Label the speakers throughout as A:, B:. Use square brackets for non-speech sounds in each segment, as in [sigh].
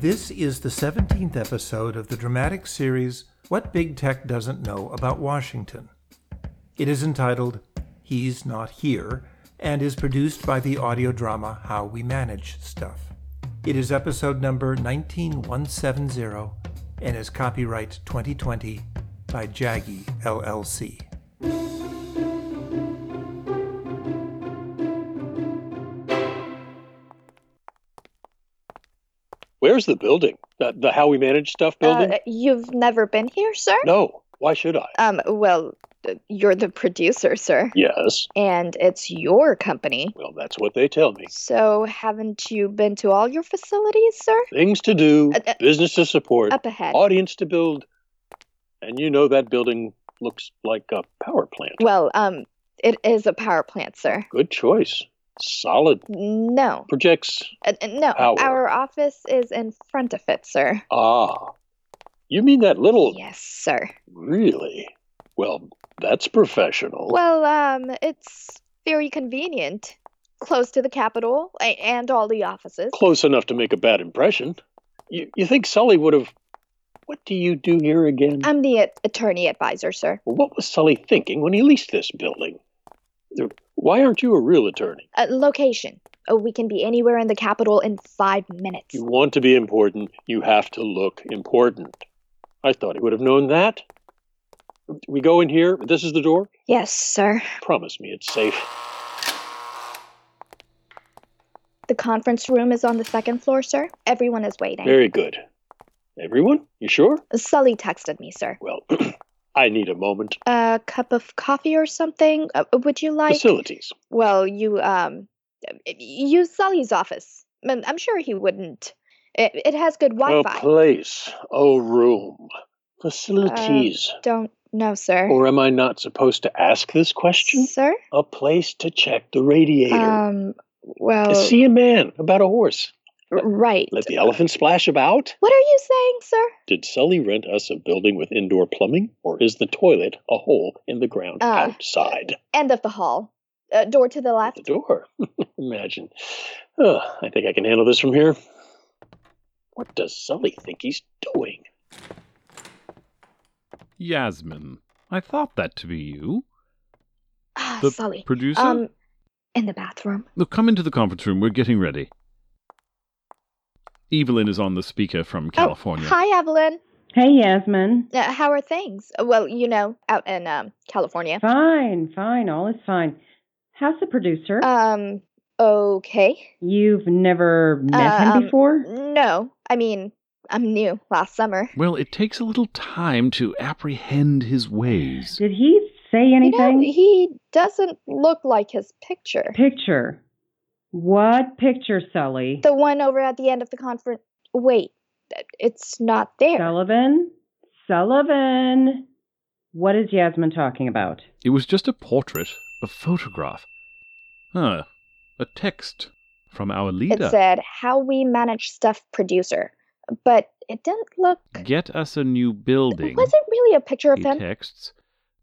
A: This is the 17th episode of the dramatic series What Big Tech Doesn't Know About Washington. It is entitled He's Not Here and is produced by the audio drama How We Manage Stuff. It is episode number 19170 and is copyright 2020 by Jaggy LLC.
B: Where's the building? The, the how we manage stuff building?
C: Uh, you've never been here, sir?
B: no. Why should I?
C: Um, well, uh, you're the producer, sir.
B: Yes.
C: And it's your company.
B: Well, that's what they tell me.
C: So, haven't you been to all your facilities, sir?
B: Things to do,
C: Uh, uh,
B: business to support,
C: Up ahead.
B: audience to build. And you know that building looks like a power plant.
C: Well, um, it is a power plant, sir.
B: Good choice. Solid.
C: No.
B: Projects.
C: Uh, uh, no,
B: Power.
C: our office is in front of it, sir.
B: Ah. You mean that little.
C: Yes, sir.
B: Really? Well, that's professional.
C: Well, um, it's very convenient. Close to the Capitol a- and all the offices.
B: Close enough to make a bad impression. You, you think Sully would have. What do you do here again?
C: I'm the a- attorney advisor, sir.
B: Well, what was Sully thinking when he leased this building? There- Why aren't you a real attorney?
C: Uh, location. Oh, we can be anywhere in the capital in five minutes.
B: You want to be important, you have to look important. I thought he would have known that. We go in here. This is the door.
C: Yes, sir.
B: Promise me it's safe.
C: The conference room is on the second floor, sir. Everyone is waiting.
B: Very good. Everyone, you sure?
C: Sully texted me, sir.
B: Well, [clears throat] I need a moment.
C: A cup of coffee or something? Uh, would you like?
B: Facilities.
C: well, you um, use Sully's office. Mm, I'm sure he wouldn't. It, it has good
B: A
C: Wi-Fi.
B: Oh, place. A room. Facilities.
C: Don't know, sir.
B: or am I not supposed to ask this question?
C: Sir?
B: A place to check the radiator.
C: Um. Well.
B: See a man about a horse.
C: r- right.
B: Let the elephant splash about?
C: What are you saying, sir?
B: Did Sully rent us a building with indoor plumbing, or is the toilet a hole in the ground
C: Ah.
B: outside
C: End of the hall. Uh, door to the left.
B: the door? [laughs] Imagine. Ugh, I think I can handle this from here. What does Sully think he's doing?
D: Yasmin, I thought that to be you.
C: Ah,
D: The
C: Sully.
D: producer?
C: Um, in the bathroom.
D: Look, come into the conference room. We're getting ready. Evelyn is on the speaker from California.
C: Oh, hi, Evelyn.
E: Hey, Yasmin.
C: Uh, how are things? Uh, Well, you know, out in um, California.
E: Fine, fine. All is fine. How's the producer?
C: Um, okay.
E: You've never met
C: uh, um,
E: him before?
C: No, I mean, I'm new last summer.
D: Well, it takes a little time to apprehend his ways.
E: Did he say anything?
C: You know, he doesn't look like his picture.
E: Picture. What picture, Sully?
C: The one over at the end of the conference. Wait, th- it's not there.
E: Sullivan? Sullivan. What is Yasmin talking about?
D: It was just a portrait, a photograph. Huh. A text from our
C: it
D: leader.
C: said, How We Manage Stuff Producer. But it didn't look.
D: Get us a new building.
C: Was it really a picture of
D: he
C: him?
D: texts.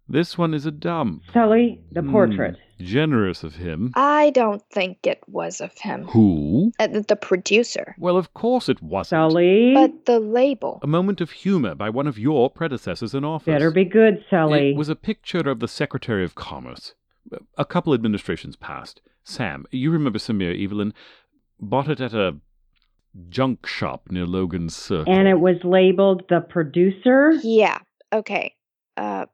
D: This one is a dump.
E: Sully, the
D: Hmm,
E: portrait.
D: generous of him.
C: I don't think it was of him.
D: Who?
C: Uh, the the producer.
D: Well, of course it wasn't.
E: Sully.
C: But the label.
D: A moment of humor by one of your predecessors in office.
E: Better be good, Sully.
D: It was a picture of the Secretary of Commerce. A couple administrations past. Sam, you remember Samir Evelyn? Bought it at a junk shop near Logan Circle.
E: and it was labeled the producer.
C: Yeah. Okay. Uh,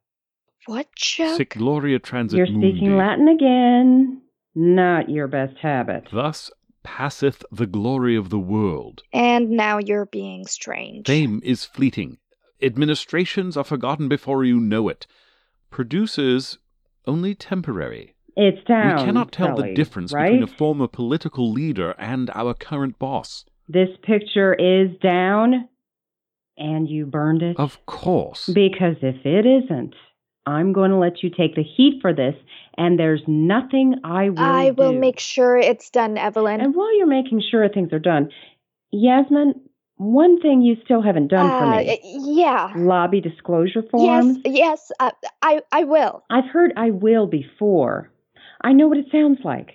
C: what joke?
D: Sic Gloria Transit
E: You're speaking
D: Mundi.
E: Latin again. Not your best habit.
D: Thus passeth the glory of the world.
C: And now you're being strange.
D: Fame is fleeting. Administrations are forgotten before you know it. Producers only temporary.
E: It's down.
D: we cannot tell
E: Sully,
D: the difference
E: right?
D: between a former political leader and our current boss.
E: This picture is down, and you burned it.
D: Of course.
E: Because if it isn't, I'm going to let you take the heat for this, and there's nothing I will.
C: I will
E: do.
C: make sure it's done, Evelyn.
E: And while you're making sure things are done, Yasmin, one thing you still haven't done for
C: Uh,
E: me:
C: y- Yeah.
E: lobby disclosure forms.
C: Yes. Yes. Uh, I. I will.
E: I've heard I will before. I know what it sounds like.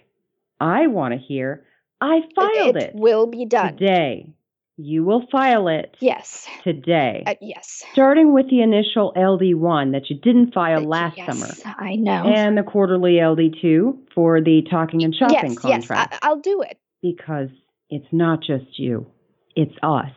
E: I want to hear. I filed it,
C: Will be done.
E: today. You will file it
C: Yes.
E: today,
C: Uh, yes.
E: starting with the initial LD1 that you didn't file last
C: yes,
E: summer
C: I know.
E: and the quarterly LD2 for the talking and shopping
C: yes,
E: contract.
C: yes. I, I'll do it.
E: because it's not just you, it's us.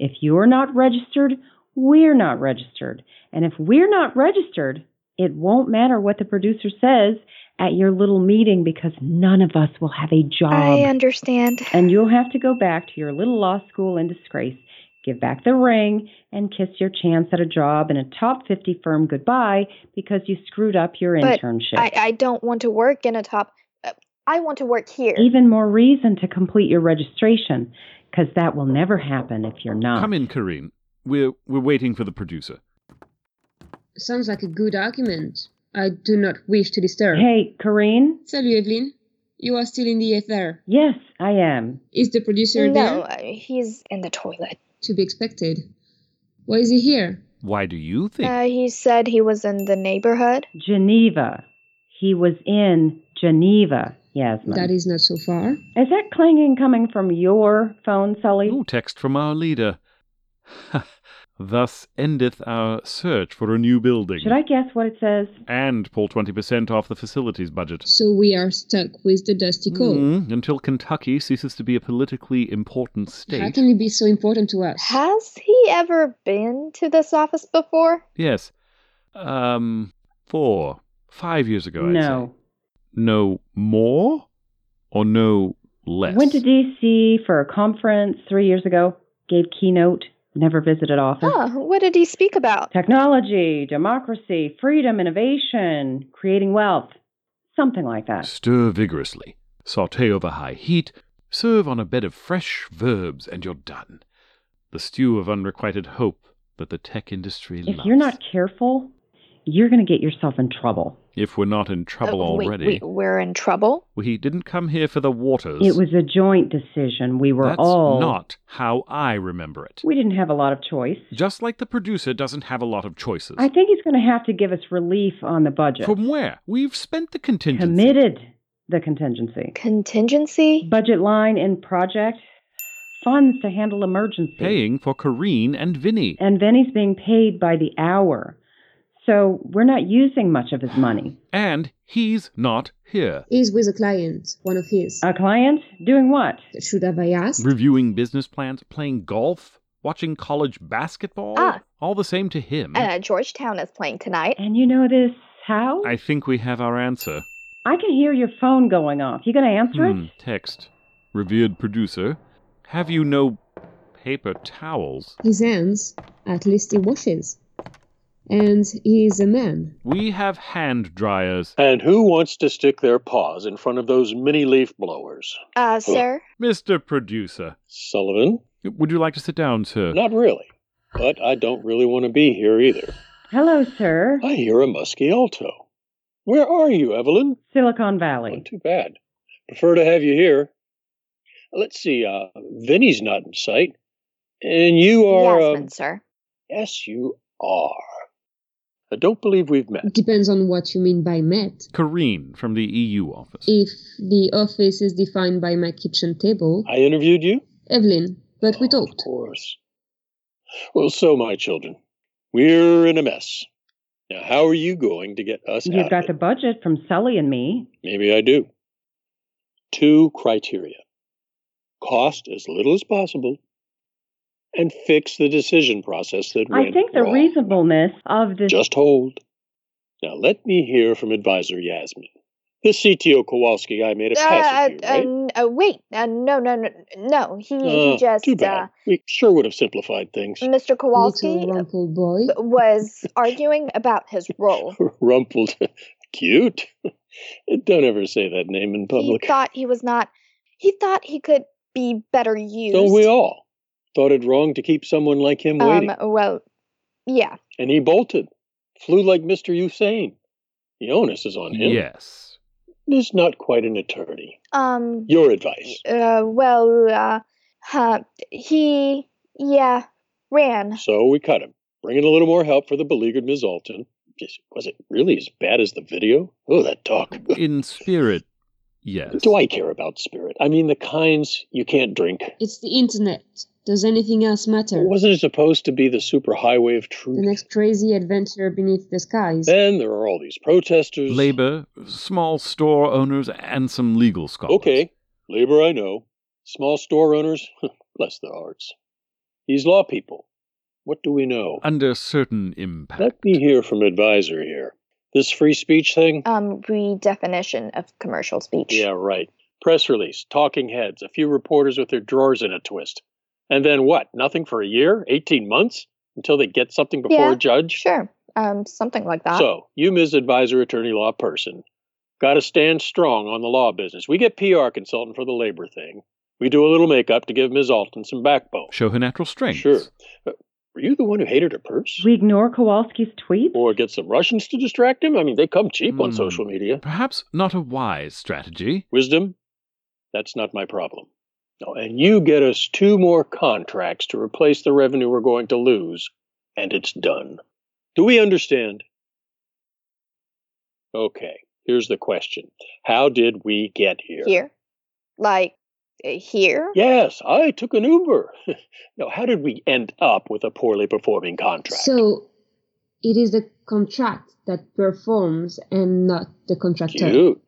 E: If you're not registered, we're not registered. And if we're not registered, it won't matter what the producer says at your little meeting because none of us will have a job.
C: I understand.
E: and you'll have to go back to your little law school in disgrace, give back the ring, and kiss your chance at a job in a top 50 firm goodbye because you screwed up your
C: But
E: internship.
C: I, I don't want to work in a top. uh, I want to work here.
E: even more reason to complete your registration because that will never happen if you're not.
D: Come in, Karine. We're we're waiting for the producer.
F: Sounds like a good argument. I do not wish to disturb.
E: Hey, Corinne?
F: Salut, Evelyn. You are still in the ether.
E: Yes, I am.
F: Is the producer
C: no,
F: there?
C: uh, he's in the toilet.
F: To be expected. Why is he here?
D: Why do you think?
C: Uh, he said he was in the neighborhood.
E: Geneva. He was in Geneva, Yasmin.
F: That is not so far.
E: Is that clanging coming from your phone, Sully?
D: Ooh, text from our leader. [laughs] Thus endeth our search for a new building.
E: Should I guess what it says?
D: And pull 20% off the facilities budget.
F: So we are stuck with the dusty coal.
D: Mm, until Kentucky ceases to be a politically important
F: How
D: state.
F: can it be so important to us?
C: Has he ever been to this office before?
D: Yes. Um, four, five years ago, I'd
E: no.
D: say. No more or no less?
E: Went to D.C. for a conference three years ago, gave keynote, never visited office.
C: Huh, what did he speak about?
E: Technology, democracy, freedom, innovation, creating wealth, something like that.
D: Stir vigorously, saute over high heat, serve on a bed of fresh verbs, and you're done. The stew of unrequited hope that the tech industry
E: If
D: loves.
E: you're not careful, you're going to get yourself in trouble.
D: If we're not in trouble
E: Oh,
C: Uh, wait,
D: already,
C: wait, we're in trouble?
D: we didn't come here for the waters.
E: It was a joint decision. We were
D: That's
E: all.
D: not how I remember it.
E: We didn't have a lot of choice.
D: Just like the producer doesn't have a lot of choices.
E: I think he's going to have to give us relief on the budget.
D: From where? We've spent the contingency.
E: Committed the contingency.
C: Contingency?
E: Budget line in project. Funds to handle emergency.
D: Paying for Corrine and Vinny.
E: And Vinny's being paid by the hour. So we're not using much of his money.
D: And he's not here.
F: He's with a client, one of his.
E: A client doing what?
F: Should have I asked?
D: Reviewing business plans, playing golf, watching college basketball.
C: Ah.
D: All the same to him.
C: Uh, Georgetown is playing tonight.
E: And you know this how?
D: I think we have our answer.
E: I can hear your phone going off. You going to answer
D: Hmm,
E: it?
D: text. Revered producer, have you no paper towels?
F: His hands, at least he washes. And he is a man.
D: We have hand dryers.
B: And who wants to stick their paws in front of those mini leaf blowers?
C: Uh, sir?
D: Mr. Producer,
B: Sullivan?
D: would you like to sit down, sir?
B: Not really. But I don't really want to be here either.
E: Hello, sir.
B: I hear a musky alto. Where are you, Evelyn?
E: Silicon
B: Oh,
E: Valley.
B: too bad. Prefer to have you here. Let's see. Uh, Vinny's not in sight, and you are.
C: Yasmin,
B: um,
C: sir.
B: yes, you are. I don't believe we've met.
F: Depends on what you mean by met.
D: Corrine from the EU office.
C: E
F: If the office is defined by my kitchen table,
B: I interviewed you.
F: Evelyn, but we
B: Oh,
F: talked.
B: Of course. Well, so my children, we're in a mess. Now, how are you going to get us
E: You've
B: out?
E: got
B: of
E: the
B: it?
E: budget from Sully and me.
B: Maybe I do. Two criteria: cost as little as possible, and fix the decision process that
E: I
B: went
E: think the
B: wrong.
E: reasonableness of this.
B: Just hold. Now let me hear from Advisor Yasmin. This CTO Kowalski guy made a
C: Uh,
B: pass at you, right?
C: n- uh, wait, uh, no, no, no, no. He,
B: Ah,
C: he just,
B: too bad.
C: uh,
B: we sure would have simplified things.
C: Mr. Kowalski
F: Little rumpled boy.
C: uh, was arguing about
B: [laughs]
C: his role.
B: Rumpled, [laughs] cute. [laughs] Don't ever say that name in public.
C: He thought he was not. He thought he could be better used.
B: Don't we all? Thought it wrong to keep someone like him waiting,
C: Um. Well, yeah.
B: and he bolted, flew like Mister Usain. The onus is on him.
D: Yes.
B: It's not quite an attorney.
C: Um.
B: Your advice.
C: Uh. Well. Uh. Huh, he. Yeah. Ran.
B: So we cut him. Bring in a little more help for the beleaguered Ms. Alton. Jeez, was it really as bad as the video? Oh, that talk.
D: In spirit, yes.
B: Do I care about spirit? I mean, the kinds you can't drink.
F: It's the internet. Does anything else matter?
B: Wasn't it supposed to be the superhighway of truth?
F: The next crazy adventure beneath the skies.
B: Then there are all these protesters.
D: Labor, small store owners, and some legal scholars.
B: Okay, labor I know. Small store owners, bless their hearts. These law people, what do we know?
D: Under certain impact.
B: Let me hear from advisor here. This free speech thing?
C: Um, redefinition of commercial speech.
B: Yeah, right. Press release, talking heads, a few reporters with their drawers in a twist. And then what? Nothing for a year? 18 months? Until they get something before
C: Yeah,
B: a judge?
C: Sure. Um, something like that.
B: So, you, Ms. Advisor Attorney Law Person, got to stand strong on the law business. We get PR consultant for the labor thing. We do a little makeup to give Ms. Alton some backbone.
D: Show her natural strength.
B: Sure. Uh, were you the one who hated her purse?
E: We ignore Kowalski's tweets?
B: Or get some Russians to distract him? I mean, they come cheap on
D: Hmm.
B: social media.
D: Perhaps not a wise strategy.
B: Wisdom, that's not my problem. No, and you get us two more contracts to replace the revenue we're going to lose, and it's done. Do we understand? Okay, here's the question How did we get here?
C: Here. Like, uh, here?
B: Yes, I took an Uber. [laughs] no, how did we end up with a poorly performing contract?
F: So, it is the contract that performs and not the contractor.
B: Cute.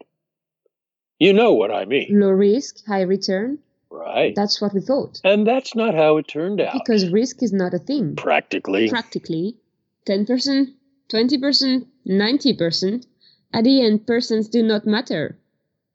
B: You know what I mean,
F: Low risk, high return.
B: right?
F: Mm, That's what we thought.
B: and that's not how it turned out.
F: Because risk is not a thing.
B: practically,
F: Practically, 10%, 20%, 90%. At the end, percents do not matter.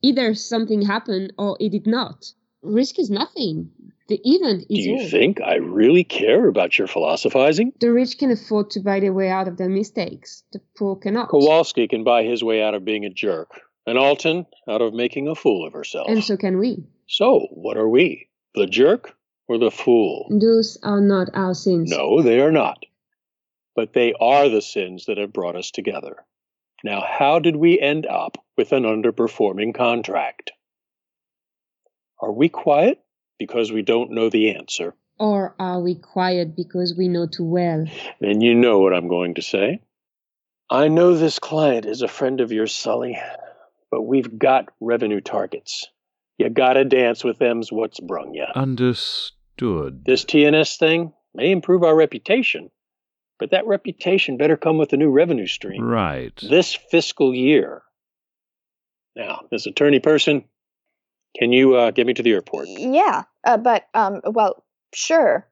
F: Either something happened or it did not. Risk is nothing. The event
B: do
F: is
B: you
F: all.
B: think I really care about your philosophizing?
F: The rich can afford to buy their way out of their mistakes. The poor cannot.
B: Kowalski can buy his way out of being a jerk, and Alton out of making a fool of herself.
F: And so can we.
B: So, what are we? The jerk or the fool?
F: Those are not our sins.
B: No, they are not. But they are the sins that have brought us together. Now, how did we end up with an underperforming contract? Are we quiet because we don't know the answer?
F: Or are we quiet because we know too well?
B: Then you know what I'm going to say. I know this client is a friend of yours, Sully, but we've got revenue targets. You gotta dance with them's what's brung ya.
D: Uh. Understood.
B: This TNS thing may improve our reputation, but that reputation better come with a new revenue stream
D: Right.
B: this fiscal year. Now, this attorney person, can you uh, get me to the airport?
C: Yeah. Uh, but, um, well, sure.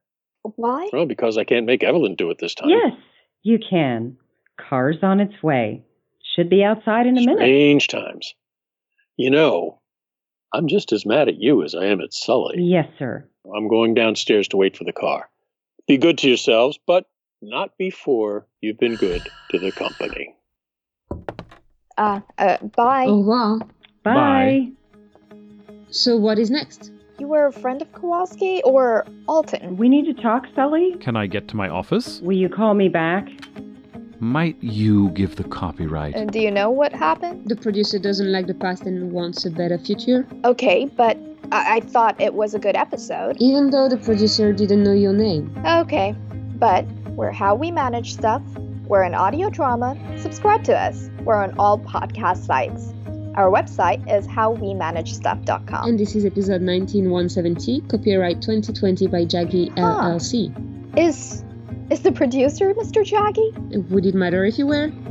C: Why?
B: Well, because I can't make Evelyn do it this time.
E: Yes, you can. Car's on its way. Should be outside in a minute.
B: Strange times. You know, I'm just as mad at you as I am at Sully.
E: Yes, sir.
B: I'm going downstairs to wait for the car. Be good to yourselves, but not before you've been good to the company.
C: Uh, uh, bye.
F: Au revoir.
E: Bye.
D: Bye.
F: So, what is next?
C: You were a friend of Kowalski or Alton?
E: We need to talk, Sully.
D: Can I get to my office?
E: Will you call me back?
D: Might you give the copyright?
C: Uh, do you know what happened?
F: The producer doesn't like the past and wants a better future.
C: Okay, but I, I thought it was a good episode.
F: Even though the producer didn't know your name.
C: Okay, but we're how we manage stuff. We're an audio drama. Subscribe to us. We're on all podcast sites. Our website is howwemanagestuff.com.
F: And this is episode 19170, copyright 2020 by Jaggi
C: Huh.
F: LLC.
C: Is is the producer Mr. Jaggy?
F: Would it matter if you were?